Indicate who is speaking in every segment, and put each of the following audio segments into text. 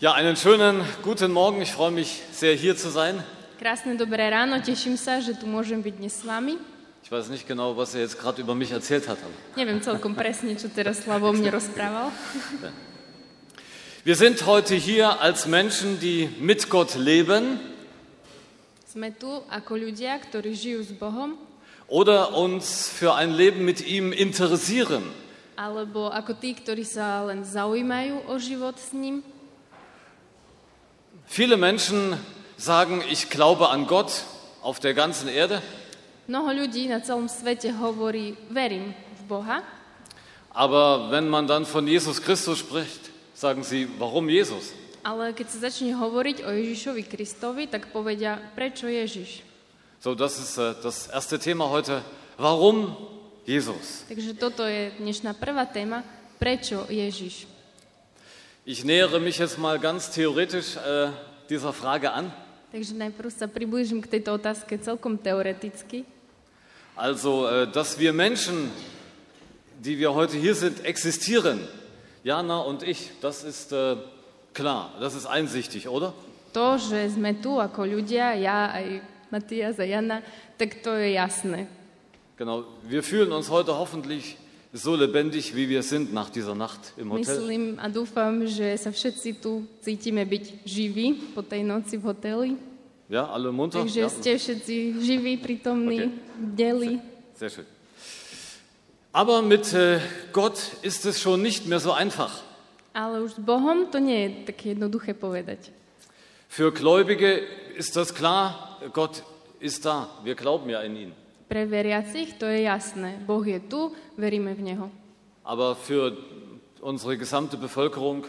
Speaker 1: Ja, einen schönen guten Morgen. Ich freue mich sehr, hier zu sein.
Speaker 2: Krásne dobré ráno, teším sa, že tu môžem byť dnes s vami.
Speaker 1: Ich weiß nicht genau, was er jetzt gerade über mich erzählt hat. aber-
Speaker 2: Neviem celkom presne, čo teraz Slavo mne rozprával.
Speaker 1: Wir sind heute hier als Menschen, die mit Gott leben
Speaker 2: Sme tu ako ľudia, ktorí žijú s Bohom,
Speaker 1: oder uns für ein Leben mit ihm interessieren.
Speaker 2: alebo ako tí, ktorí sa len zaujímajú o život s ním.
Speaker 1: Viele Menschen sagen, ich glaube an Gott auf der ganzen Erde,
Speaker 2: Mnoho ľudí na celom svete hovorí, verím v Boha,
Speaker 1: aber wenn man dann von Jesus Christus spricht, sagen sie, warum Jesus?
Speaker 2: ale keď sa začne hovoriť o Ježišovi Kristovi, tak povedia, prečo Ježiš?
Speaker 1: So, das ist äh, das erste Thema heute. Warum Jesus?
Speaker 2: Takže toto je dnešná prvá téma, prečo Ježiš?
Speaker 1: Ich nähere mich jetzt mal ganz theoretisch äh, dieser Frage an.
Speaker 2: Takže najprv sa priblížim k tejto otázke celkom teoreticky.
Speaker 1: Also, äh, dass wir Menschen, die wir heute hier sind, existieren, Jana und ich, das ist äh, klar, das ist einsichtig, oder?
Speaker 2: To, že sme tu ako ľudia, ja aj Matias a Jana, tak to je jasné.
Speaker 1: Genau, wir fühlen uns heute hoffentlich so lebendig, wie wir sind nach dieser Nacht im Hotel.
Speaker 2: Myslím a dúfam, že sa všetci tu cítime byť živí po tej noci v hoteli.
Speaker 1: Ja, alle munter?
Speaker 2: Takže
Speaker 1: Ja,
Speaker 2: ste všetci živí, prítomní,
Speaker 1: Okay.
Speaker 2: bdeli.
Speaker 1: sehr schön. Aber mit äh, Gott ist es schon nicht mehr so einfach.
Speaker 2: Ale už s Bohom to nie je také jednoduché povedať.
Speaker 1: Für Gläubige ist das klar, Gott ist da, wir glauben ja in ihn.
Speaker 2: Pre veriacich to je jasné. Boh je tu, veríme v Neho.
Speaker 1: Aber für unsere gesamte Bevölkerung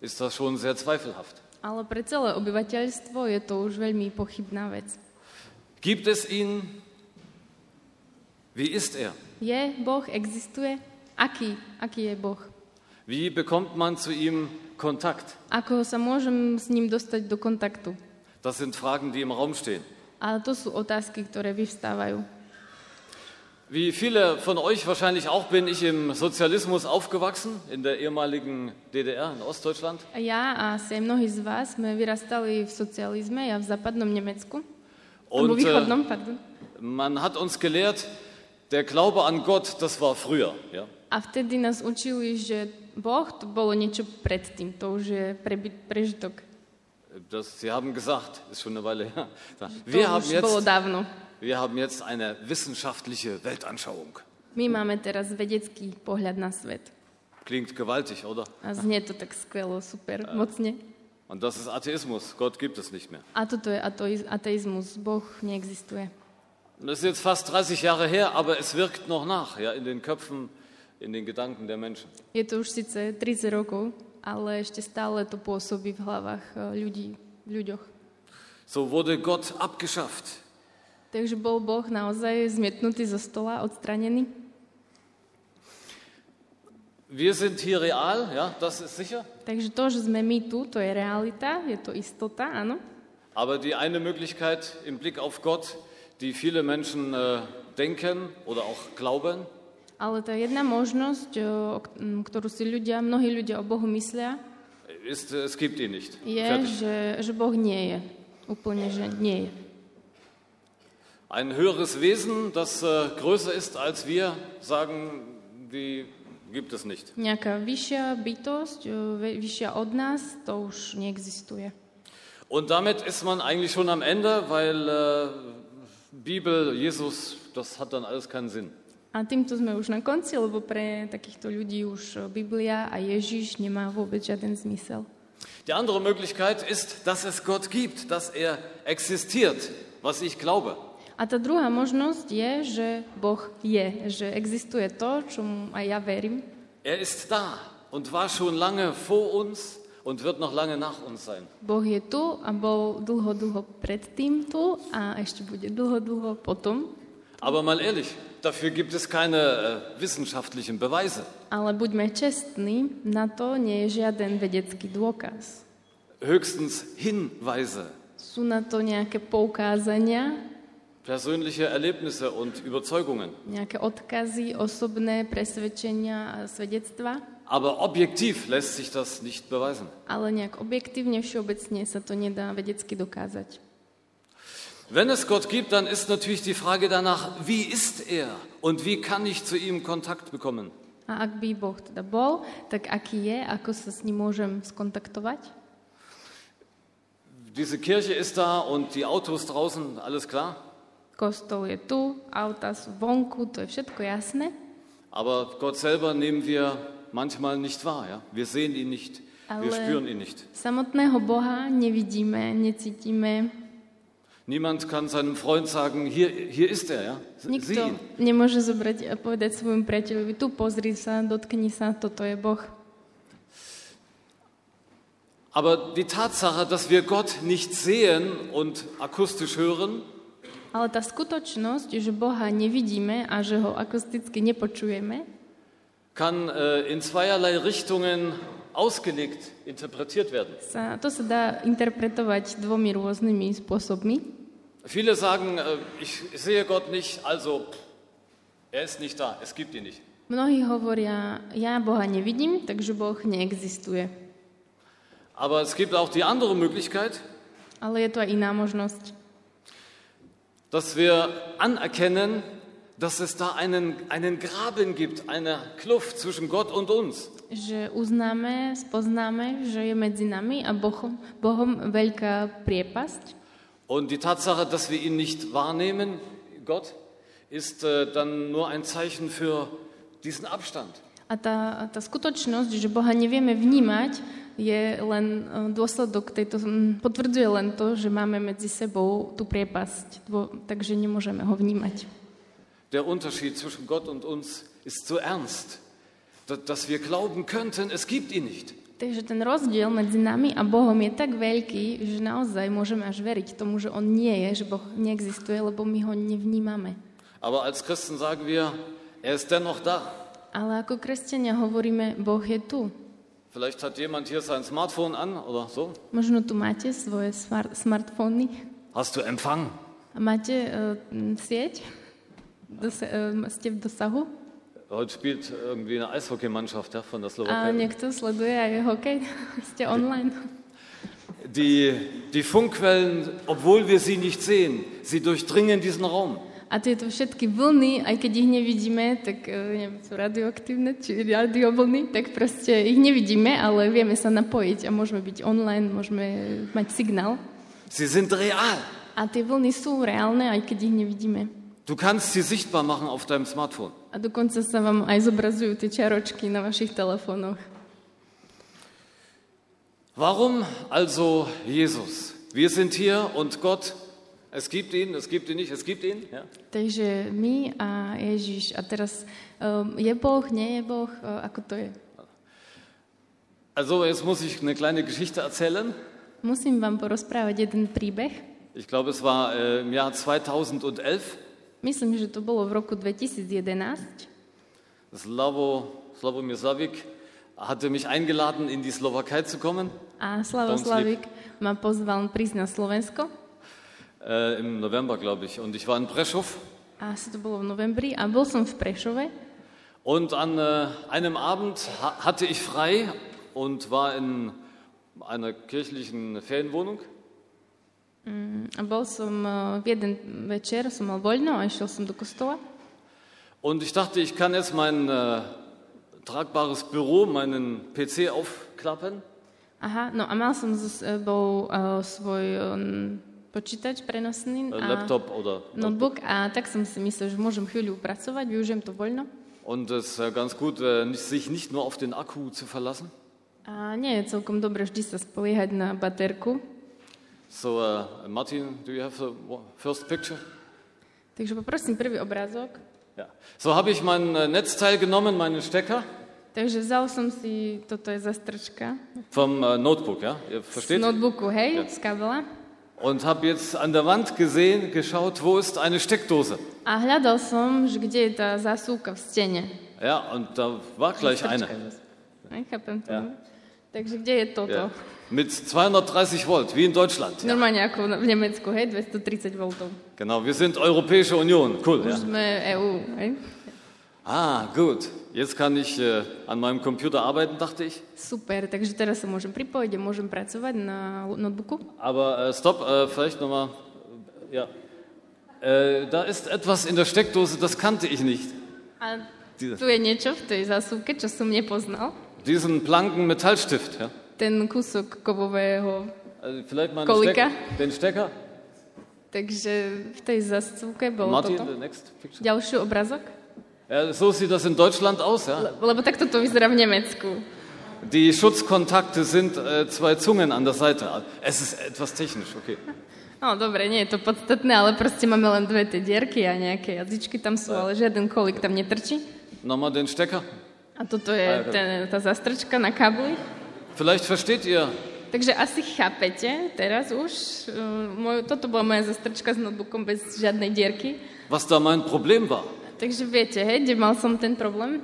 Speaker 1: ist das schon sehr zweifelhaft.
Speaker 2: Ale pre celé obyvateľstvo je to už veľmi pochybná vec.
Speaker 1: Gibt es ihn? Wie ist er?
Speaker 2: Je Boh? Existuje? Aký? Aký je Boh?
Speaker 1: Wie bekommt man zu ihm Kontakt?
Speaker 2: Ako sa môžem s ním dostať do kontaktu?
Speaker 1: Das sind Fragen, die im Raum stehen.
Speaker 2: Ale to sú otázky, ktoré vyvstávajú.
Speaker 1: Wie viele von euch wahrscheinlich auch bin ich im Sozialismus aufgewachsen, in der ehemaligen DDR in Ostdeutschland.
Speaker 2: A Ja a asi aj mnohí z vás sme vyrastali v socializme, ja v západnom Nemecku,
Speaker 1: Und
Speaker 2: alebo
Speaker 1: äh,
Speaker 2: východnom, pardon.
Speaker 1: man hat uns gelehrt, der Glaube an Gott, das war früher. Ja?
Speaker 2: A vtedy nás učili, že Boh to bolo niečo predtým, to už je prebyt, prežitok.
Speaker 1: Das, Sie haben gesagt, ist schon eine Weile her.
Speaker 2: To
Speaker 1: Wir haben
Speaker 2: už bolo
Speaker 1: jetzt
Speaker 2: dávno.
Speaker 1: Wir haben jetzt eine wissenschaftliche Weltanschauung.
Speaker 2: My máme teraz vedecký pohľad na svet.
Speaker 1: Klingt gewaltig, oder?
Speaker 2: A znie to tak skvelo, super, mocne.
Speaker 1: Und das ist Atheismus. Gott gibt es nicht mehr.
Speaker 2: A toto je atoi- ateizmus, Boh neexistuje.
Speaker 1: Das ist jetzt fast 30 Jahre her, aber es wirkt noch nach, ja, in den Köpfen, in den Gedanken der Menschen.
Speaker 2: Je to už síce 30 rokov, ale ešte stále to pôsobí v hlavách e, ľudí, v ľuďoch.
Speaker 1: So wurde Gott abgeschafft.
Speaker 2: Takže bol Boh naozaj zmietnutý zo stola, odstranený.
Speaker 1: Wir sind hier real, ja, das ist sicher.
Speaker 2: Takže to, že sme my tu, to je realita, je to istota, áno.
Speaker 1: Aber die eine Möglichkeit im Blick auf Gott, die viele Menschen äh, denken oder auch glauben,
Speaker 2: Ale tá jedna možnosť, e, o k- m, ktorú si ľudia, mnohí ľudia o Bohu myslia,
Speaker 1: ist, äh, es gibt ihn nicht.
Speaker 2: je,
Speaker 1: Fertig.
Speaker 2: že, že Boh nie je. Úplne, že nie je.
Speaker 1: Ein höheres Wesen, das äh, größer ist als wir, sagen, die gibt es nicht.
Speaker 2: Nejaká vyššia bytosť, e, ve- vyššia od nás, to už neexistuje.
Speaker 1: Und damit ist man eigentlich schon am Ende, weil äh, Bibel, Jesus, das hat dann alles keinen Sinn.
Speaker 2: A týmto sme už na konci, lebo pre takýchto ľudí už e, Biblia a Ježiš nemá vôbec žiaden zmysel.
Speaker 1: Die andere Möglichkeit ist, dass es Gott gibt, dass er existiert, was ich glaube.
Speaker 2: A tá druhá možnosť je, že Boh je, že existuje to, čomu aj ja verím.
Speaker 1: Er ist da und war schon lange vor uns und wird noch lange nach uns sein.
Speaker 2: Boh je tu a bol dlho, dlho predtým tu a ešte bude dlho, dlho potom.
Speaker 1: Aber mal ehrlich, dafür gibt es keine äh, wissenschaftlichen Beweise.
Speaker 2: Ale buďme čestní, na to nie je žiaden vedecký dôkaz.
Speaker 1: Höchstens Hinweise,
Speaker 2: Sú na to nejaké poukázania,
Speaker 1: persönliche Erlebnisse und Überzeugungen.
Speaker 2: nejaké odkazy, osobné presvedčenia a svedectva.
Speaker 1: Aber objektiv lässt sich das nicht beweisen.
Speaker 2: Ale nejak objektívne, všeobecne sa to nedá vedecky dokázať.
Speaker 1: Wenn es Gott gibt, dann ist natürlich die Frage danach, wie ist er und wie kann ich zu ihm Kontakt bekommen?
Speaker 2: A ak by Boh teda bol, tak aký je, ako sa s ním môžem skontaktovať?
Speaker 1: Diese Kirche ist da und die Autos draußen, alles klar.
Speaker 2: Kostol je tu, auta sú vonku, to je všetko jasné,
Speaker 1: Aber Gott selber nehmen wir manchmal nicht wahr. Ja? Wir sehen ihn nicht, wir
Speaker 2: Ale-
Speaker 1: spüren ihn nicht.
Speaker 2: Samotného Boha nevidíme, necítime.
Speaker 1: Niemand kann seinem Freund sagen, hier, hier ist er. Ja? Sieh
Speaker 2: Nikto
Speaker 1: ihn.
Speaker 2: nemôže zobrať a povedať svojmu priateľovi, tu pozri sa, dotkni sa, toto je Boh.
Speaker 1: Aber die Tatsache, dass wir Gott nicht sehen und akustisch hören,
Speaker 2: Ale tá skutočnosť, že Boha nevidíme a že ho akusticky nepočujeme,
Speaker 1: kann äh, in zweierlei Richtungen ausgelegt, interpretiert werden.
Speaker 2: sa, to sa dá interpretovať dvomi rôznymi spôsobmi.
Speaker 1: Viele sagen, äh, ich sehe Gott nicht, also er ist nicht da, es gibt ihn nicht.
Speaker 2: Mnohí hovoria, ja Boha nevidím, takže Boh neexistuje.
Speaker 1: Aber es gibt auch die andere Möglichkeit,
Speaker 2: Ale je to aj iná možnosť.
Speaker 1: dass wir anerkennen, dass es da einen, einen Graben gibt, eine Kluft zwischen Gott und uns.
Speaker 2: že uznáme, spoznáme, že je medzi nami a Bohom, Bohom veľká priepasť.
Speaker 1: Und die Tatsache, dass wir ihn nicht wahrnehmen, Gott, ist äh, dann nur ein Zeichen für diesen Abstand.
Speaker 2: A tá, tá skutočnosť, že Boha nevieme vnímať, je len e, dôsledok tejto, mm, potvrdzuje len to, že máme medzi sebou tú priepasť, dô, takže nemôžeme ho vnímať.
Speaker 1: Der Unterschied zwischen Gott und uns ist so ernst, da- dass wir glauben könnten, es gibt ihn nicht.
Speaker 2: Takže ten rozdiel medzi nami a Bohom je tak veľký, že naozaj môžeme až veriť tomu, že On nie je, že Boh neexistuje, lebo my ho nevnímame.
Speaker 1: Aber als Christen sagen wir, er ist dennoch da.
Speaker 2: Ale ako kresťania hovoríme, Boh je tu,
Speaker 1: Vielleicht hat jemand hier sein Smartphone an oder so.
Speaker 2: Možno tu máte svoje smar- smartfóny
Speaker 1: Hast du Empfang?
Speaker 2: a máte uh, sieť, Dose- eh, ste v dosahu
Speaker 1: Heute spielt irgendwie eine Eishockeymannschaft ja, von der
Speaker 2: a
Speaker 1: Slowakei.
Speaker 2: niekto sleduje aj hokej, ste online.
Speaker 1: Die, die Funkquellen, obwohl wir sie nicht sehen, sie durchdringen diesen Raum.
Speaker 2: A tieto všetky vlny, aj keď ich nevidíme, tak eh, neviem, sú radioaktívne či radiovlny, tak proste ich nevidíme, ale vieme sa napojiť a môžeme byť online, môžeme mať signál.
Speaker 1: Sie sind real.
Speaker 2: A tie vlny sú reálne, aj keď ich nevidíme.
Speaker 1: Du kannst sie sichtbar machen auf deinem Smartphone.
Speaker 2: A dokonca sa vám aj zobrazujú tie čaročky na vašich telefónoch.
Speaker 1: Warum also Jesus? Wir sind hier und Gott, es gibt ihn, es gibt ihn nicht, es gibt ihn. Ja?
Speaker 2: Takže my a Ježiš. A teraz um, je Boh, nie je Boh, uh, ako to je?
Speaker 1: Also jetzt muss ich eine kleine Geschichte erzählen.
Speaker 2: Musím vám porozprávať jeden príbeh.
Speaker 1: Ich glaube, es war äh, im Jahr 2011.
Speaker 2: Myslím, že to bolo v roku 2011.
Speaker 1: Slavo, Slavomir Savik hatte mich eingeladen, in die Slowakei zu kommen.
Speaker 2: A
Speaker 1: Tom
Speaker 2: Slavo
Speaker 1: Slip.
Speaker 2: Slavik ma pozval prísť na Slovensko.
Speaker 1: Äh, Im November, glaube ich. Und ich war in Preschow.
Speaker 2: A asi to bolo v novembri. A bol som v Prešove.
Speaker 1: Und an äh, einem Abend ha hatte ich frei und war in einer kirchlichen Ferienwohnung.
Speaker 2: A bol som uh, v jeden večer, som mal voľno a išiel som do kostola.
Speaker 1: Und ich dachte, ich kann jetzt mein äh, tragbares Büro, meinen PC aufklappen.
Speaker 2: Aha, no a mal som so sebou uh, svoj um, počítač prenosný.
Speaker 1: Äh,
Speaker 2: a-
Speaker 1: Laptop oder.
Speaker 2: notebook a tak som si myslel, že môžem chvíľu pracovať, využijem to voľno.
Speaker 1: Und es ist ja ganz gut, äh, nicht- sich nicht nur auf den Akku zu verlassen.
Speaker 2: A nie je celkom dobre vždy sa spoliehať na baterku.
Speaker 1: So, äh, Martin, do you have the first picture?
Speaker 2: Takže poprosím prvý obrázok.
Speaker 1: Ja. So habe ich mein äh, Netzteil genommen, meinen Stecker
Speaker 2: Takže vzal som si, toto je zastrčka
Speaker 1: vom äh, Notebook, ja, ihr
Speaker 2: z
Speaker 1: versteht?
Speaker 2: notebooku,
Speaker 1: Ja.
Speaker 2: hej, z kabela.
Speaker 1: Und habe jetzt an der Wand gesehen, geschaut, wo ist eine Steckdose?
Speaker 2: A hľadal som, že kde je tá zásuvka v stene.
Speaker 1: Ja, und da war gleich
Speaker 2: Zastrčka
Speaker 1: eine.
Speaker 2: zas- Nechápem to.
Speaker 1: Ja.
Speaker 2: Takže kde je toto?
Speaker 1: Ja. Mit 230 Volt, wie in Deutschland. Ja.
Speaker 2: Normálne ako v Nemecku, hej, 230 V. E
Speaker 1: Genau, wir sind Europäische Union, cool. Ja.
Speaker 2: Už sme EU, hej.
Speaker 1: Ah, gut. Jetzt kann ich äh, an meinem Computer arbeiten, dachte ich.
Speaker 2: Super, takže teraz sa môžem pripojiť a môžem pracovať na notebooku.
Speaker 1: Aber äh, stopp, äh, vielleicht nochmal. Ja. Äh, da ist etwas in der Steckdose, das kannte ich nicht.
Speaker 2: A
Speaker 1: Diese.
Speaker 2: tu je niečo v tej zásuvke, čo som nepoznal.
Speaker 1: Diesen blanken Metallstift. Ja?
Speaker 2: Ten kúsok kovového.
Speaker 1: Also vielleicht mal
Speaker 2: Kolika.
Speaker 1: den Stecker.
Speaker 2: Takže v tej zásuvke bolo
Speaker 1: Martin,
Speaker 2: toto.
Speaker 1: the next picture.
Speaker 2: Ďalší obrazok.
Speaker 1: Ja, so sieht das in Deutschland aus. Ja?
Speaker 2: Le- Lebo takto to vyzerá v Nemecku.
Speaker 1: Die Schutzkontakte sind äh, zwei Zungen an der Seite. Es ist etwas technisch, okay.
Speaker 2: No dobre, nie je to podstatné, ale proste máme len dve tie dierky a nejaké jazyčky tam sú, ale žiaden kolik tam netrčí.
Speaker 1: Nochmal den Stecker.
Speaker 2: A toto je ten, tá zastrčka na kabli.
Speaker 1: Vielleicht versteht ihr,
Speaker 2: Takže asi chápete teraz už. eh, Môj, toto bola moja zastrčka s notebookom bez žiadnej dierky.
Speaker 1: was da mein Problem war.
Speaker 2: Takže viete, hej, kde mal som ten problém?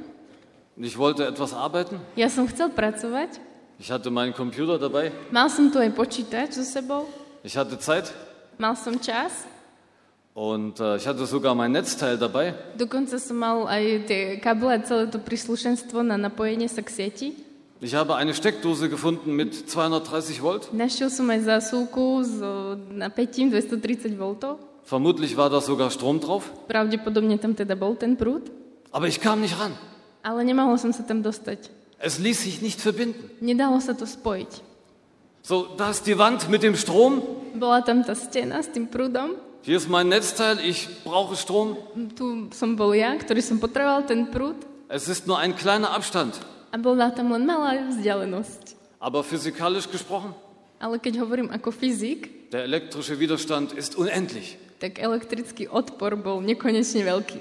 Speaker 1: Ich wollte etwas arbeiten.
Speaker 2: Ja som chcel pracovať.
Speaker 1: Ich hatte meinen Computer dabei.
Speaker 2: Mal som tu aj počítač so sebou.
Speaker 1: Ich hatte Zeit.
Speaker 2: Mal som čas.
Speaker 1: Und äh, ich hatte sogar mein Netzteil dabei.
Speaker 2: Dokonca som mal aj tie kable a celé to príslušenstvo na napojenie sa k sieti.
Speaker 1: Ich habe eine Steckdose gefunden mit 230 Volt.
Speaker 2: Našiel som aj zásuvku s eh, napätím 230 V.
Speaker 1: Vermutlich war da sogar Strom drauf.
Speaker 2: Pravdepodobne tam teda bol ten prúd,
Speaker 1: Aber ich kam nicht ran.
Speaker 2: ale nemohol som sa tam dostať.
Speaker 1: Es ließ sich nicht verbinden.
Speaker 2: Nedalo sa to spojiť.
Speaker 1: So, da ist die Wand mit dem Strom.
Speaker 2: Bola tam tá stena s tým prúdom.
Speaker 1: Hier ist mein Netzteil. Ich brauche Strom.
Speaker 2: Tu som bol ja, ktorý som potreboval ten prúd
Speaker 1: Es ist nur ein kleiner Abstand.
Speaker 2: a bola tam len malá vzdialenosť.
Speaker 1: Aber physikalisch gesprochen,
Speaker 2: Ale keď hovorím ako fyzik,
Speaker 1: der elektrische Widerstand ist unendlich.
Speaker 2: tak elektrický odpor bol nekonečne veľký.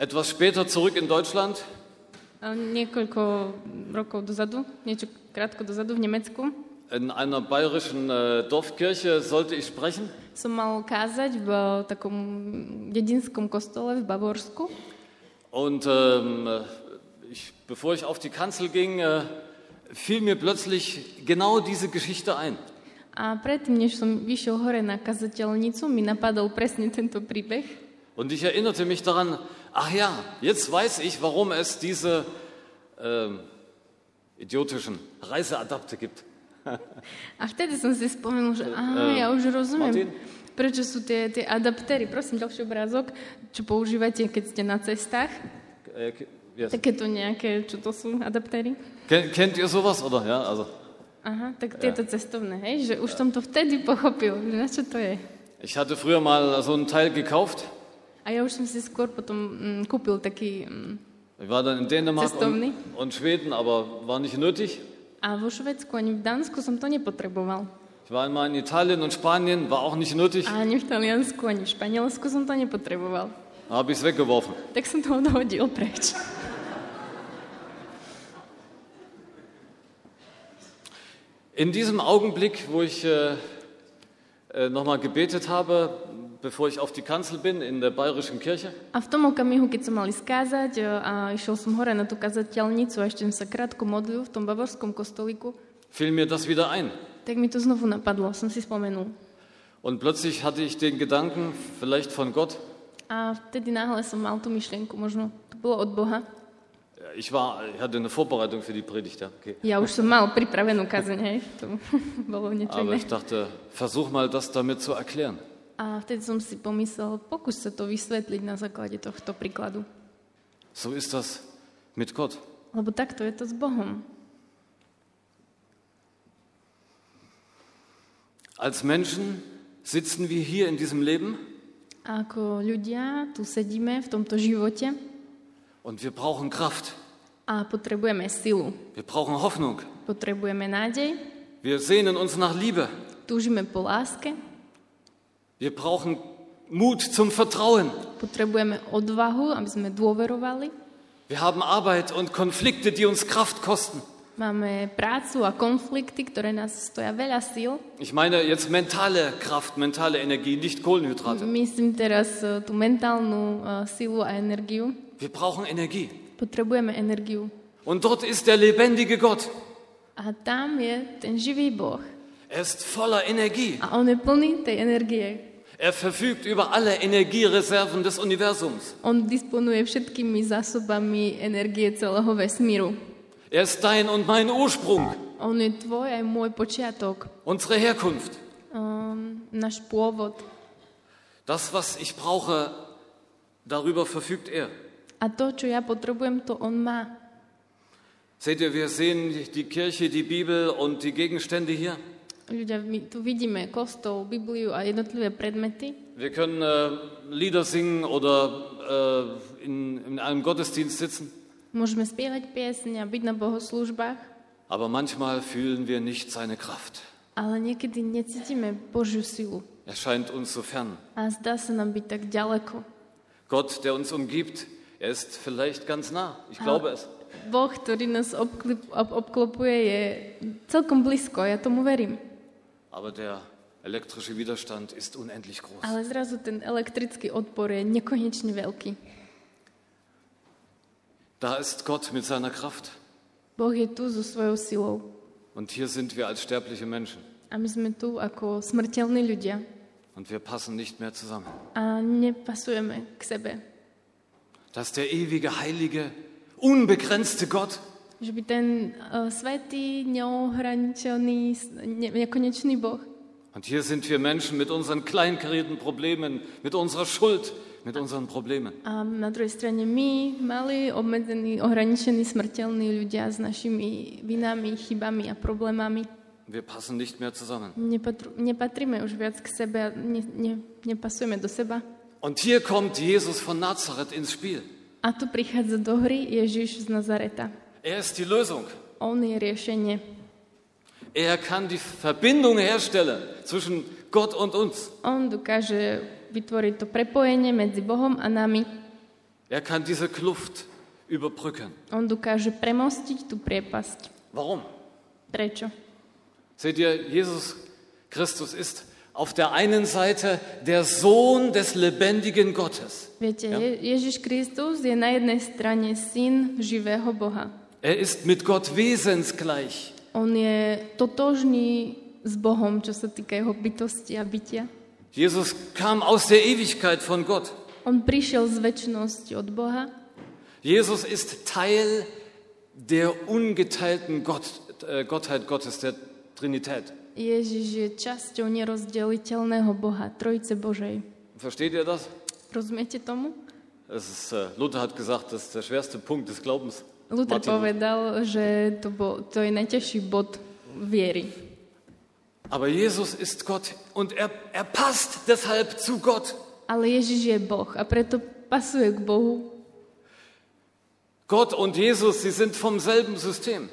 Speaker 1: Etwas später zurück in Deutschland
Speaker 2: A niekoľko rokov dozadu, niečo krátko dozadu v Nemecku,
Speaker 1: In einer bayerischen äh, Dorfkirche sollte ich sprechen
Speaker 2: som mal kázať v eh, takom dedinskom kostole v Bavorsku.
Speaker 1: und ähm, ich, bevor ich auf die Kanzel ging, äh, fiel mir plötzlich genau diese Geschichte ein.
Speaker 2: A predtým, než som vyšiel hore na kazateľnicu, mi napadol presne tento príbeh.
Speaker 1: Und ich erinnerte mich daran, ach ja, jetzt weiß ich, warum es diese ähm, idiotischen Reiseadapter gibt.
Speaker 2: A vtedy som si spomenul, že aha, ja už
Speaker 1: Martin?
Speaker 2: rozumiem, prečo sú tie, tie adaptéry. Prosím, ďalší obrázok, čo používate, keď ste na cestách.
Speaker 1: Äh, ke- yes.
Speaker 2: Takéto nejaké, čo to sú adaptéry?
Speaker 1: Ken, kennt ihr sowas oder ja? Also
Speaker 2: Aha, tak tieto cestovné, hej, že už som to vtedy pochopil, že na čo to je.
Speaker 1: ich hatte früher mal so ein Teil gekauft.
Speaker 2: A ja už som si skôr potom mm, kúpil taký... Mm,
Speaker 1: Ich war dann in Dänemark
Speaker 2: Zestovny.
Speaker 1: und, und Schweden, aber war nicht nötig.
Speaker 2: a vo Švedsku ani v Dánsku som to nepotreboval.
Speaker 1: Ich war einmal in Italien und Spanien, war auch nicht nötig,
Speaker 2: A ani v Taliansku, ani v Španielsku som to nepotreboval.
Speaker 1: habe ich es weggeworfen.
Speaker 2: Tak som to odhodil preč.
Speaker 1: In diesem Augenblick, wo ich äh, nochmal gebetet habe, bevor ich auf die Kanzel bin in der bayerischen Kirche,
Speaker 2: A v tom okamihu, keď som mali skázať e, a išiel som hore na tú kazateľnicu a ešte som sa krátko modlil v tom bavorskom kostolíku,
Speaker 1: fiel mir das wieder ein.
Speaker 2: tak mi to znovu napadlo, som si spomenul.
Speaker 1: Und plötzlich hatte ich den Gedanken, vielleicht von Gott,
Speaker 2: A vtedy náhle som mal tú myšlienku, možno to bolo od Boha.
Speaker 1: ich, war, ich hatte eine Vorbereitung für die Predigt, ja, okay.
Speaker 2: Ja už som mal pripravenú kazeň, hej, to bolo niečo
Speaker 1: aber
Speaker 2: iné.
Speaker 1: ich dachte, versuch mal das damit zu erklären.
Speaker 2: A vtedy som si pomyslel, pokus sa to vysvetliť na základe tohto príkladu.
Speaker 1: So ist das mit Gott.
Speaker 2: Lebo takto je to s Bohom.
Speaker 1: Als Menschen sitzen wir hier in diesem Leben
Speaker 2: A ako ľudia tu sedíme v tomto živote
Speaker 1: und wir brauchen Kraft,
Speaker 2: a potrebujeme silu,
Speaker 1: wir brauchen Hoffnung.
Speaker 2: potrebujeme nádej,
Speaker 1: Wir sehnen uns nach Liebe.
Speaker 2: túžime po láske,
Speaker 1: Wir brauchen Mut zum Vertrauen.
Speaker 2: potrebujeme odvahu, aby sme dôverovali.
Speaker 1: Wir haben Arbeit und Konflikte, die uns Kraft kosten.
Speaker 2: Máme prácu a konflikty, ktoré nás stoja veľa síl.
Speaker 1: Ich meine jetzt mentale Kraft, mentale Energie, nicht Kohlenhydrate.
Speaker 2: Myslím teraz e, tú mentálnu e, silu a energiu.
Speaker 1: Wir brauchen Energie.
Speaker 2: Potrebujeme energiu.
Speaker 1: Und dort ist der lebendige Gott.
Speaker 2: A tam je ten živý Boh.
Speaker 1: Er ist voller Energie.
Speaker 2: A on je plný tej energie.
Speaker 1: Er verfügt über alle Energiereserven des Universums.
Speaker 2: On disponuje všetkými zásobami energie celého vesmíru.
Speaker 1: Er ist dein und mein Ursprung,
Speaker 2: On je tvoj aj môj počiatok,
Speaker 1: unsere Herkunft.
Speaker 2: um, náš pôvod.
Speaker 1: Das, was ich brauche, darüber verfügt er.
Speaker 2: A to, čo ja potrebujem, to on má.
Speaker 1: Seht ihr, wir sehen die Kirche, die Bibel und die Gegenstände hier.
Speaker 2: Ľudia, my tu vidíme kostol, Bibliu a jednotlivé predmety.
Speaker 1: Wir können äh, Lieder singen oder äh, in, in einem Gottesdienst sitzen,
Speaker 2: Môžeme spievať piesne a byť na bohoslúžbách,
Speaker 1: aber manchmal fühlen wir nicht seine Kraft.
Speaker 2: ale niekedy necítime Božiu silu.
Speaker 1: Er scheint uns so fern.
Speaker 2: A zdá sa nám byť tak ďaleko.
Speaker 1: Gott, der uns umgibt, er ist vielleicht ganz nah. Ich glaube es.
Speaker 2: Boh, ktorý nás obklip, ob, obklopuje, je celkom blízko, ja tomu verím.
Speaker 1: Aber der elektrische Widerstand ist unendlich groß.
Speaker 2: Ale zrazu ten elektrický odpor je nekonečne veľký.
Speaker 1: Da ist Gott mit seiner Kraft.
Speaker 2: Boh je tu so svojou silou.
Speaker 1: Und hier sind wir als sterbliche Menschen.
Speaker 2: A my sme tu ako smrteľní ľudia.
Speaker 1: Und wir passen nicht mehr zusammen.
Speaker 2: A nepasujeme k sebe.
Speaker 1: Da ist der ewige, heilige, unbegrenzte Gott.
Speaker 2: Že by ten uh, svetý, neohraničený, s- ne, nekonečný Boh.
Speaker 1: Und hier sind wir Menschen mit unseren kleinkarierten Problemen, mit unserer Schuld, mit unseren Problemen.
Speaker 2: A na druhej strane my, mali, obmedzení, ohraničení, smrteľní ľudia s našimi vinami, chybami a problémami.
Speaker 1: Wir passen nicht mehr zusammen.
Speaker 2: Nepatr- nepatríme už viac k sebe, a ne, ne, nepasujeme do seba.
Speaker 1: Und hier kommt Jesus von Nazareth ins Spiel.
Speaker 2: A tu prichádza do hry Ježiš z Nazareta.
Speaker 1: Er ist die Lösung.
Speaker 2: On je riešenie.
Speaker 1: Er kann die Verbindung herstellen zwischen Gott und uns.
Speaker 2: On dokáže vytvoriť to prepojenie medzi Bohom a nami.
Speaker 1: Er kann diese Kluft überbrücken.
Speaker 2: On dokáže premostiť tú priepasť.
Speaker 1: Warum?
Speaker 2: Prečo?
Speaker 1: Seht ihr, Jesus Christus ist auf der einen Seite der Sohn des lebendigen Gottes.
Speaker 2: Viete, Je- Ježiš Kristus je na jednej strane syn živého Boha.
Speaker 1: Er ist mit Gott wesensgleich.
Speaker 2: On je totožný s Bohom, čo sa týka jeho bytosti a bytia.
Speaker 1: Jesus kam aus der Ewigkeit von Gott.
Speaker 2: On prišiel z väčšnosti od Boha.
Speaker 1: Jesus ist Teil der ungeteilten Gott, äh, Gottheit Gottes, der Trinität.
Speaker 2: Ježiš je časťou nerozdeliteľného Boha, Trojice Božej.
Speaker 1: Versteht ihr das?
Speaker 2: Rozumiete tomu?
Speaker 1: Es ist, äh, Luther hat gesagt, das ist der schwerste Punkt des Glaubens.
Speaker 2: Luther
Speaker 1: Martin Luther.
Speaker 2: povedal, že to, bol, to je najťažší bod viery.
Speaker 1: Aber Jesus ist Gott und er, er passt deshalb zu Gott.
Speaker 2: Ale Ježiš je Boh a preto pasuje k Bohu.
Speaker 1: Gott und Jesus, sie sind vom selben System.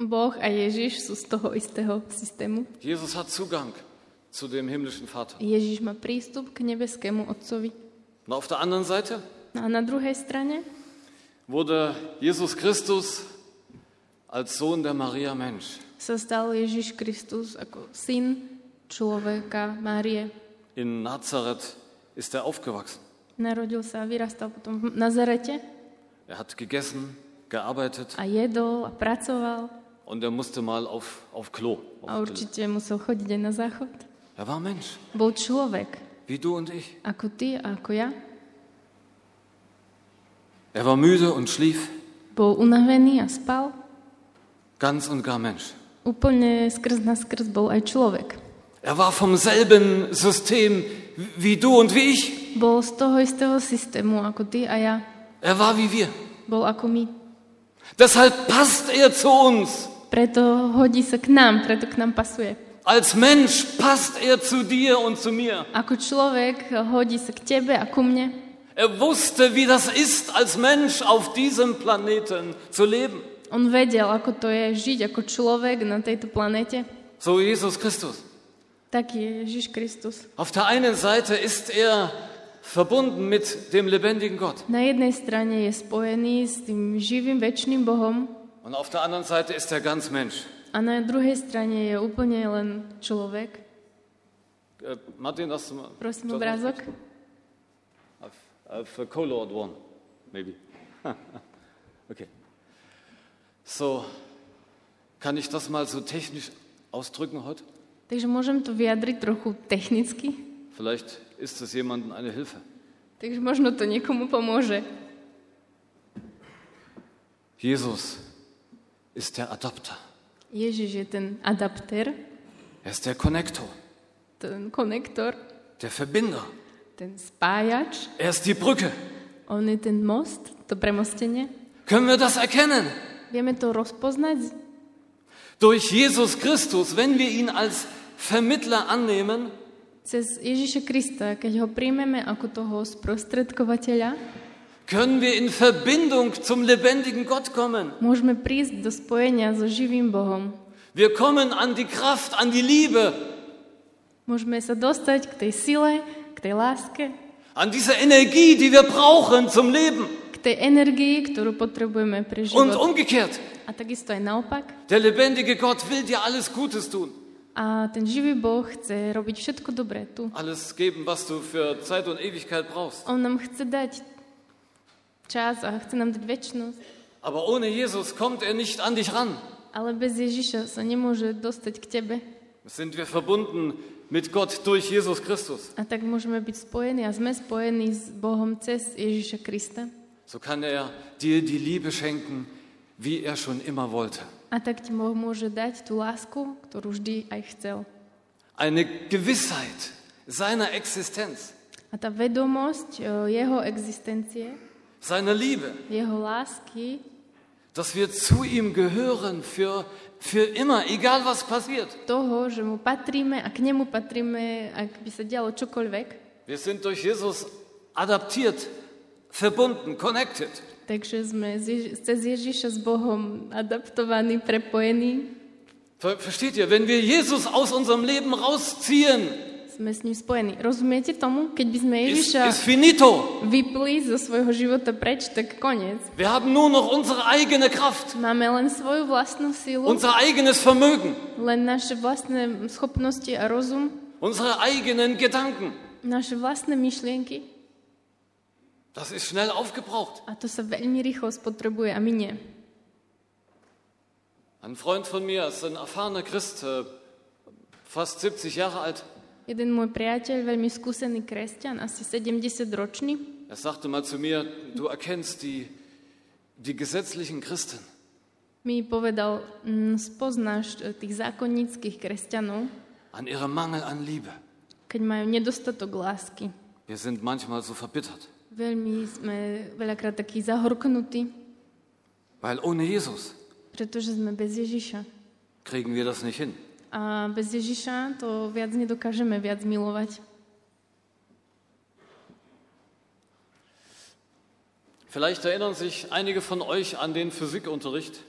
Speaker 2: Boh a Ježiš sú z toho istého systému.
Speaker 1: Jesus hat Zugang zu dem himmlischen Vater.
Speaker 2: Ježiš má prístup k nebeskému Otcovi.
Speaker 1: Und auf der anderen Seite
Speaker 2: No a na druhej strane
Speaker 1: wurde Jesus Christus als Sohn der Maria Mensch.
Speaker 2: sa stal Ježiš Kristus ako syn človeka Márie.
Speaker 1: In Nazareth ist er aufgewachsen.
Speaker 2: Narodil sa a vyrastal potom v Nazarete
Speaker 1: Er hat gegessen, gearbeitet
Speaker 2: a jedol a pracoval
Speaker 1: und er musste mal auf, auf Klo.
Speaker 2: a určite musel chodiť aj na záchod.
Speaker 1: Er war Mensch,
Speaker 2: Bol človek
Speaker 1: wie du und ich.
Speaker 2: ako ty a ako ja.
Speaker 1: Er war müde und schlief,
Speaker 2: Bol unavený a spal.
Speaker 1: ganz und gar Mensch.
Speaker 2: Úplne skrz na skrz bol aj človek.
Speaker 1: Er war vom selben System wie du und wie ich.
Speaker 2: Bol z toho istého systému ako ty a ja.
Speaker 1: Er war wie wir.
Speaker 2: Bol ako my.
Speaker 1: Deshalb passt er zu uns.
Speaker 2: Preto hodí sa k nám, preto k nám pasuje.
Speaker 1: Als Mensch passt er zu dir und zu mir.
Speaker 2: Ako človek hodí sa k tebe a ku mne.
Speaker 1: Er wusste, wie das ist, als Mensch auf diesem Planeten zu leben.
Speaker 2: On vedel, ako to je žiť ako človek na tejto planete.
Speaker 1: So Jesus Christus.
Speaker 2: Tak je Ježiš Kristus.
Speaker 1: Auf der einen Seite ist er verbunden mit dem lebendigen Gott
Speaker 2: Na jednej strane je spojený s tým živým väčšným Bohom
Speaker 1: und auf der anderen Seite ist er ganz Mensch.
Speaker 2: a na druhej strane je úplne len človek.
Speaker 1: Äh, Martin, das mal.
Speaker 2: Prosím obrázok.
Speaker 1: I've, I've uh, colored one, maybe. okay. So, kann ich das mal so technisch ausdrücken heute?
Speaker 2: Takže môžem to vyjadriť trochu technicky.
Speaker 1: Vielleicht ist es jemandem eine Hilfe.
Speaker 2: Takže možno to niekomu pomôže.
Speaker 1: Jesus ist der Adapter.
Speaker 2: Ježiš je ten adapter,
Speaker 1: Er ist der Connector,
Speaker 2: ten konektor,
Speaker 1: der Verbinder.
Speaker 2: ten spájač,
Speaker 1: Er ist die Brücke.
Speaker 2: on je ten most, to premostenie.
Speaker 1: Können wir das erkennen?
Speaker 2: Vieme to rozpoznať?
Speaker 1: Durch Jesus Christus, wenn wir ihn als Vermittler annehmen,
Speaker 2: Cez Ježiša Krista, keď ho príjmeme ako toho sprostredkovateľa,
Speaker 1: können wir in Verbindung zum lebendigen Gott kommen.
Speaker 2: môžeme prísť do spojenia so živým Bohom.
Speaker 1: Wir kommen an die Kraft, an die Liebe,
Speaker 2: Môžeme sa dostať k tej sile, k tej láske,
Speaker 1: an diese Energie, die wir brauchen zum Leben.
Speaker 2: k tej energii, ktorú potrebujeme pre
Speaker 1: Und
Speaker 2: život.
Speaker 1: umgekehrt,
Speaker 2: A takisto aj naopak.
Speaker 1: der lebendige Gott will dir alles Gutes tun,
Speaker 2: A ten živý Boh chce robiť všetko dobré tu.
Speaker 1: alles geben, was du für Zeit und Ewigkeit brauchst.
Speaker 2: On nám chce dať čas a chce nám dať väčšnosť.
Speaker 1: Aber ohne Jesus kommt er nicht an dich ran.
Speaker 2: Ale bez Ježiša sa nemôže dostať k tebe.
Speaker 1: Sind wir verbunden mit Gott durch Jesus Christus?
Speaker 2: A tak môžeme byť spojení a sme spojení s Bohom cez Ježiša Krista.
Speaker 1: So kann er dir die Liebe schenken, wie er schon immer wollte.
Speaker 2: A tak ti Boh môže dať tú lásku, ktorú vždy aj chcel.
Speaker 1: Eine Gewissheit seiner Existenz,
Speaker 2: A tá vedomosť e, jeho existencie,
Speaker 1: seiner Liebe,
Speaker 2: jeho lásky,
Speaker 1: dass wir zu ihm gehören für, für immer, egal was passiert.
Speaker 2: toho, že mu patríme a k nemu patríme, ak by sa dialo čokoľvek.
Speaker 1: Wir sind durch Jesus adaptiert, verbunden, connected.
Speaker 2: Takže sme z Ježi- cez Ježiša s Bohom adaptovaní, prepojení.
Speaker 1: Ver versteht ihr? Wenn wir Jesus aus unserem Leben rausziehen,
Speaker 2: Sme s ním spojení. Rozumiete tomu? Keď by sme
Speaker 1: ist,
Speaker 2: Ježiša
Speaker 1: ist finito.
Speaker 2: vypli zo svojho života preč, tak koniec.
Speaker 1: Wir haben nur noch unsere eigene Kraft,
Speaker 2: Máme len svoju vlastnú silu,
Speaker 1: unser eigenes Vermögen,
Speaker 2: len naše vlastné schopnosti a rozum,
Speaker 1: unsere eigenen Gedanken.
Speaker 2: naše vlastné myšlienky
Speaker 1: Das ist schnell aufgebraucht.
Speaker 2: a to sa veľmi rýchlo spotrebuje a minie.
Speaker 1: Ein Freund von mir ist ein erfahrener Christ, äh, fast 70 Jahre alt.
Speaker 2: Jeden môj priateľ, veľmi skúsený kresťan, asi 70-ročný,
Speaker 1: Er sagte mal zu mir, du erkennst die, die gesetzlichen Christen.
Speaker 2: mi povedal, "Mm, spoznáš e, tých zákonníckých kresťanov,
Speaker 1: an ihrem Mangel an Liebe.
Speaker 2: keď majú nedostatok lásky.
Speaker 1: Wir sind manchmal so verbittert,
Speaker 2: Veľmi sme veľakrát takí zahorknutí,
Speaker 1: weil ohne Jesus
Speaker 2: pretože sme bez Ježiša.
Speaker 1: kriegen wir das nicht hin.
Speaker 2: A bez Ježiša to viac nedokážeme viac milovať.
Speaker 1: Vielleicht erinnern sich einige von euch an den Physikunterricht.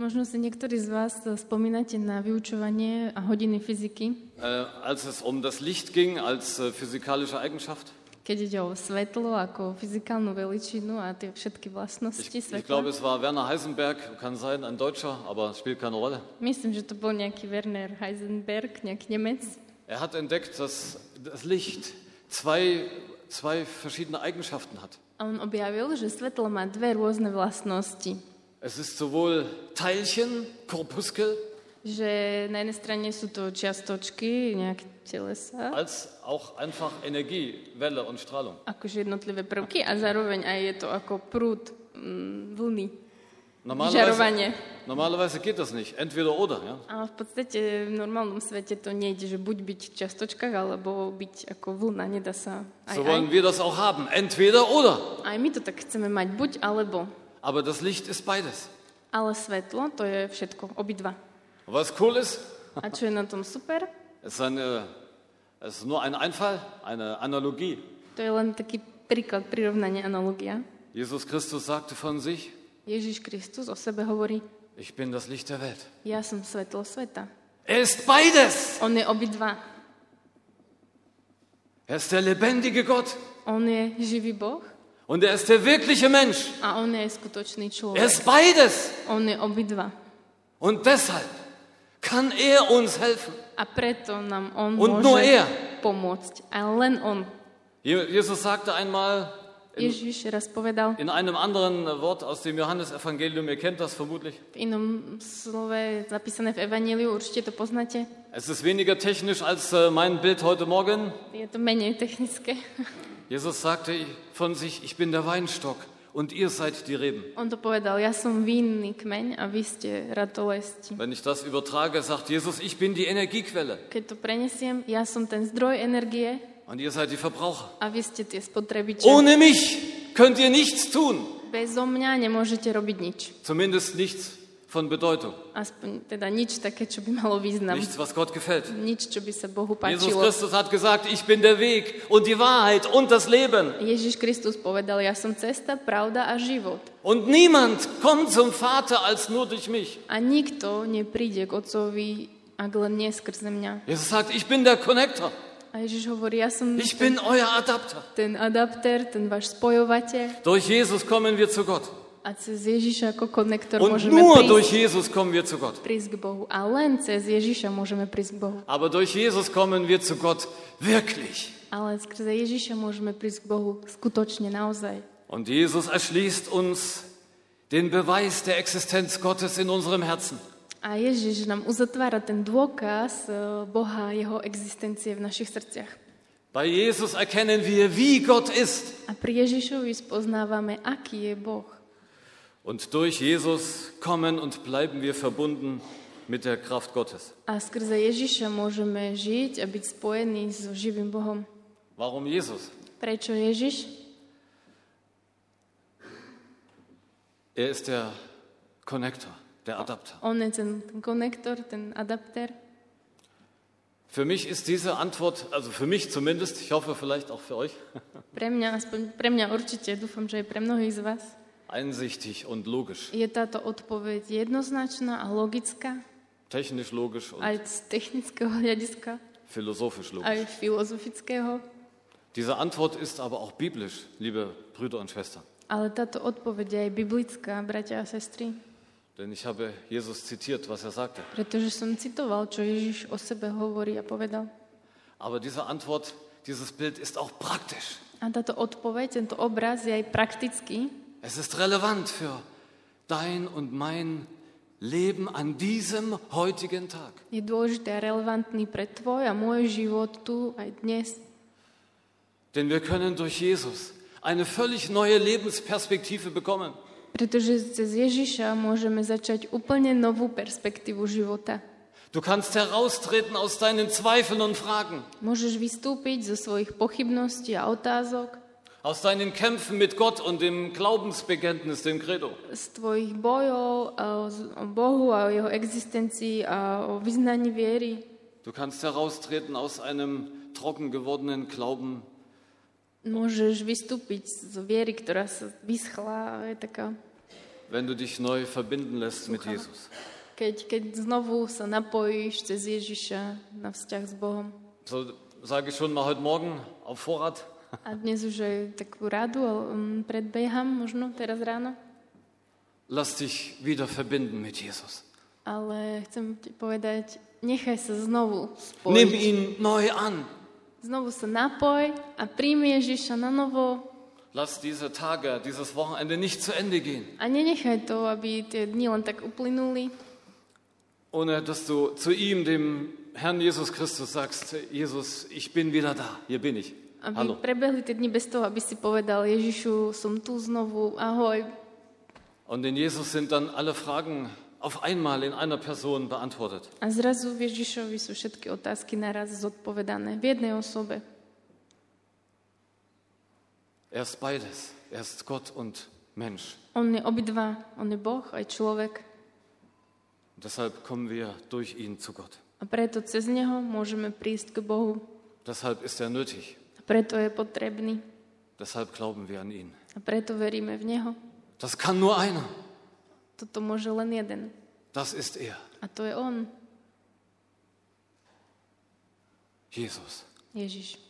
Speaker 2: Možno si niektorí z vás spomínate na vyučovanie a hodiny fyziky,
Speaker 1: Äh, als es um das Licht ging als äh, physikalische Eigenschaft.
Speaker 2: keď ide o svetlo ako fyzikálnu veličinu a tie všetky vlastnosti
Speaker 1: Ich, ich glaube,
Speaker 2: svetla.
Speaker 1: es war Werner Heisenberg, kann sein, ein Deutscher, aber spielt keine Rolle.
Speaker 2: Myslím, že to bol nejaký Werner Heisenberg, nejaký Nemec.
Speaker 1: Er hat entdeckt, dass das Licht zwei, zwei verschiedene Eigenschaften hat.
Speaker 2: A on objavil, že svetlo má dve rôzne vlastnosti.
Speaker 1: Es ist sowohl Teilchen, Korpuskel,
Speaker 2: Že na jednej strane sú to čiastočky, nejaké telesa,
Speaker 1: als auch einfach Energie, Welle und Strahlung.
Speaker 2: akože jednotlivé prvky a zároveň aj je to ako prúd mm, vlny, žarovanie.
Speaker 1: Normalerweise geht das nicht. Entweder oder. Ja?
Speaker 2: A v podstate v normálnom svete to nejde, že buď byť v čiastočkách, alebo byť ako vlna, nedá sa. Aj,
Speaker 1: So
Speaker 2: aj.
Speaker 1: wollen wir das auch haben. Entweder oder.
Speaker 2: aj my to tak chceme mať, buď alebo.
Speaker 1: Aber das Licht ist beides.
Speaker 2: Ale svetlo, to je všetko, obidva.
Speaker 1: Und was cool ist,
Speaker 2: A čo je na tom super,
Speaker 1: es ist, eine, es ist nur ein Einfall, eine Analogie.
Speaker 2: to je len taký príklad, prirovnanie, analogia.
Speaker 1: Jesus Christus sagte von sich,
Speaker 2: Ježiš Kristus o sebe hovorí,
Speaker 1: ich bin das Licht der Welt.
Speaker 2: ja som svetlo sveta.
Speaker 1: Er ist beides.
Speaker 2: On je obidva.
Speaker 1: Er ist der lebendige Gott
Speaker 2: On je živý Boh
Speaker 1: und er ist der wirkliche Mensch.
Speaker 2: a on je skutočný
Speaker 1: Er
Speaker 2: človek.
Speaker 1: ist beides.
Speaker 2: On je obidva.
Speaker 1: Und deshalb kann er uns helfen.
Speaker 2: A preto nám on
Speaker 1: Und
Speaker 2: môže
Speaker 1: nur er.
Speaker 2: pomôcť. A len on.
Speaker 1: Je- Jesus sagte einmal, In,
Speaker 2: Ježiš raz povedal
Speaker 1: in einem anderen Wort aus dem Johannesevangelium, ihr kennt das vermutlich,
Speaker 2: v inom slove zapísané v Evangeliu, určite to poznáte.
Speaker 1: es ist weniger technisch als äh, mein Bild heute Morgen.
Speaker 2: Je to menej technické.
Speaker 1: Jesus sagte von sich, ich bin der Weinstock und ihr seid die Reben.
Speaker 2: On to povedal, ja som vinný kmeň a vy ste ratolesti.
Speaker 1: Wenn ich das übertrage, sagt Jesus, ich bin die Energiequelle
Speaker 2: Keď to prenesiem, ja som ten zdroj energie
Speaker 1: und ihr seid die Verbraucher.
Speaker 2: a vy ste tie spotrebiče.
Speaker 1: Ohne mich könnt ihr nichts tun,
Speaker 2: Bezo mňa nemôžete robiť nič.
Speaker 1: zumindest nichts von Bedeutung,
Speaker 2: Aspoň teda nič také, čo by malo význam.
Speaker 1: nichts, was Gott gefällt.
Speaker 2: Nič, čo by sa Bohu
Speaker 1: Jesus
Speaker 2: páčilo.
Speaker 1: Christus hat gesagt, ich bin der Weg und die Wahrheit und das Leben.
Speaker 2: Ježiš Kristus povedal, ja som cesta, pravda a život.
Speaker 1: Und niemand kommt zum Vater als nur durch mich.
Speaker 2: A nikto nepríde k Otcovi, ak len nie skrze mňa.
Speaker 1: Jesus sagt, ich bin der Connector,
Speaker 2: A Ježiš hovorí, ja som
Speaker 1: ich bin euer Adapter.
Speaker 2: ten adaptér, ten váš spojovateľ
Speaker 1: Durch Jesus kommen wir zu Gott.
Speaker 2: a cez Ježiša ako konektor
Speaker 1: Und
Speaker 2: môžeme
Speaker 1: nur
Speaker 2: prísť,
Speaker 1: durch Jesus kommen wir zu Gott.
Speaker 2: prísť k Bohu. A len cez Ježiša môžeme prísť k Bohu.
Speaker 1: Aber durch Jesus kommen wir zu Gott wirklich.
Speaker 2: Ale skrze Ježiša môžeme prísť k Bohu skutočne, naozaj.
Speaker 1: Und Jesus erschließt uns den Beweis der Existenz Gottes in unserem Herzen.
Speaker 2: A Ježiš nám uzatvára ten dôkaz eh, Boha, jeho existencie v našich srdciach.
Speaker 1: Bei Jesus erkennen wir, wie Gott ist.
Speaker 2: A pri Ježišovi spoznávame, aký je Boh.
Speaker 1: Und durch Jesus kommen und bleiben wir verbunden mit der Kraft Gottes.
Speaker 2: A skrze Ježiša môžeme žiť a byť spojení so živým Bohom.
Speaker 1: Warum Jesus?
Speaker 2: Prečo Ježiš?
Speaker 1: Er ist der Connector, der Adapter.
Speaker 2: On je ten, ten konektor, ten adapter.
Speaker 1: Für mich ist diese Antwort, also für mich zumindest, ich hoffe vielleicht auch für euch,
Speaker 2: Pre mňa, aspoň pre mňa určite, dúfam, že aj pre mnohých z vás,
Speaker 1: einsichtig und logisch.
Speaker 2: je táto odpoveď jednoznačná a logická,
Speaker 1: Technisch logisch und
Speaker 2: aj z technického hľadiska,
Speaker 1: philosophisch logisch.
Speaker 2: aj filozofického.
Speaker 1: Diese Antwort ist aber auch biblisch, liebe Brüder und Schwestern.
Speaker 2: Ale táto odpoveď je aj biblická, bratia a sestry,
Speaker 1: Denn ich habe Jesus zitiert, was er sagte.
Speaker 2: pretože som citoval, čo Ježiš o sebe hovorí a povedal.
Speaker 1: Aber diese Antwort, dieses Bild ist auch praktisch.
Speaker 2: A táto odpoveď, tento obraz je aj praktický,
Speaker 1: Es ist relevant für dein und mein Leben an diesem heutigen Tag.
Speaker 2: je dôležitý a relevantný pre tvoj a môj život tu aj dnes.
Speaker 1: Denn wir können durch Jesus eine völlig neue Lebensperspektive bekommen.
Speaker 2: Pretože cez Ježiša môžeme začať úplne novú perspektívu života.
Speaker 1: Du kannst heraustreten aus deinen Zweifeln und Fragen,
Speaker 2: Môžeš vystúpiť zo svojich pochybností a otázok,
Speaker 1: aus deinen Kämpfen mit Gott und dem Glaubensbekenntnis, dem Credo.
Speaker 2: z tvojich bojov a o z- o Bohu a o jeho existencii a o vyznaní viery.
Speaker 1: Du kannst heraustreten aus einem trocken gewordenen Glauben
Speaker 2: Môžeš vystúpiť z viery, ktorá sa vyschla a je taká...
Speaker 1: wenn du dich neu verbinden lässt mit
Speaker 2: Super.
Speaker 1: Jesus.
Speaker 2: Keď, keď znovu sa napojíš cez Ježiša na vzťah s Bohom.
Speaker 1: So sage ich schon mal heute Morgen auf Vorrat.
Speaker 2: A dnes už aj takú radu ale, mm, predbieham možno teraz ráno,
Speaker 1: Lass dich wieder verbinden mit Jesus.
Speaker 2: ale chcem ti povedať, nechaj sa znovu
Speaker 1: Nimm
Speaker 2: spojiť.
Speaker 1: ihn neu an.
Speaker 2: Znovu sa napoj a príjmi Ježiša na novo
Speaker 1: Lass diese Tage, dieses Wochenende nicht zu Ende gehen,
Speaker 2: a nenechaj to, aby tie dni len tak uplynuli,
Speaker 1: ohne dass du zu ihm, dem Herrn Jesus Christus, sagst, Jesus, ich bin wieder da, hier bin ich.
Speaker 2: aby
Speaker 1: Hallo.
Speaker 2: prebehli tie dni bez toho, aby si povedal Ježišu, som tu znovu, ahoj.
Speaker 1: Und in Jesus sind dann alle Fragen auf einmal in einer Person beantwortet.
Speaker 2: A zrazu v Ježišovi sú všetky otázky naraz zodpovedané v jednej osobe.
Speaker 1: Er ist beides. Er ist Gott und Mensch.
Speaker 2: On je obidva, on je Boh aj človek
Speaker 1: Und deshalb kommen wir durch ihn zu Gott.
Speaker 2: a preto cez neho môžeme prísť k Bohu.
Speaker 1: Deshalb ist er nötig.
Speaker 2: A preto je potrebný.
Speaker 1: Deshalb glauben wir an ihn.
Speaker 2: A preto veríme v Neho.
Speaker 1: Das kann nur einer.
Speaker 2: Toto môže len jeden.
Speaker 1: Das ist er,
Speaker 2: A to je On,
Speaker 1: Jesus.
Speaker 2: Ježiš.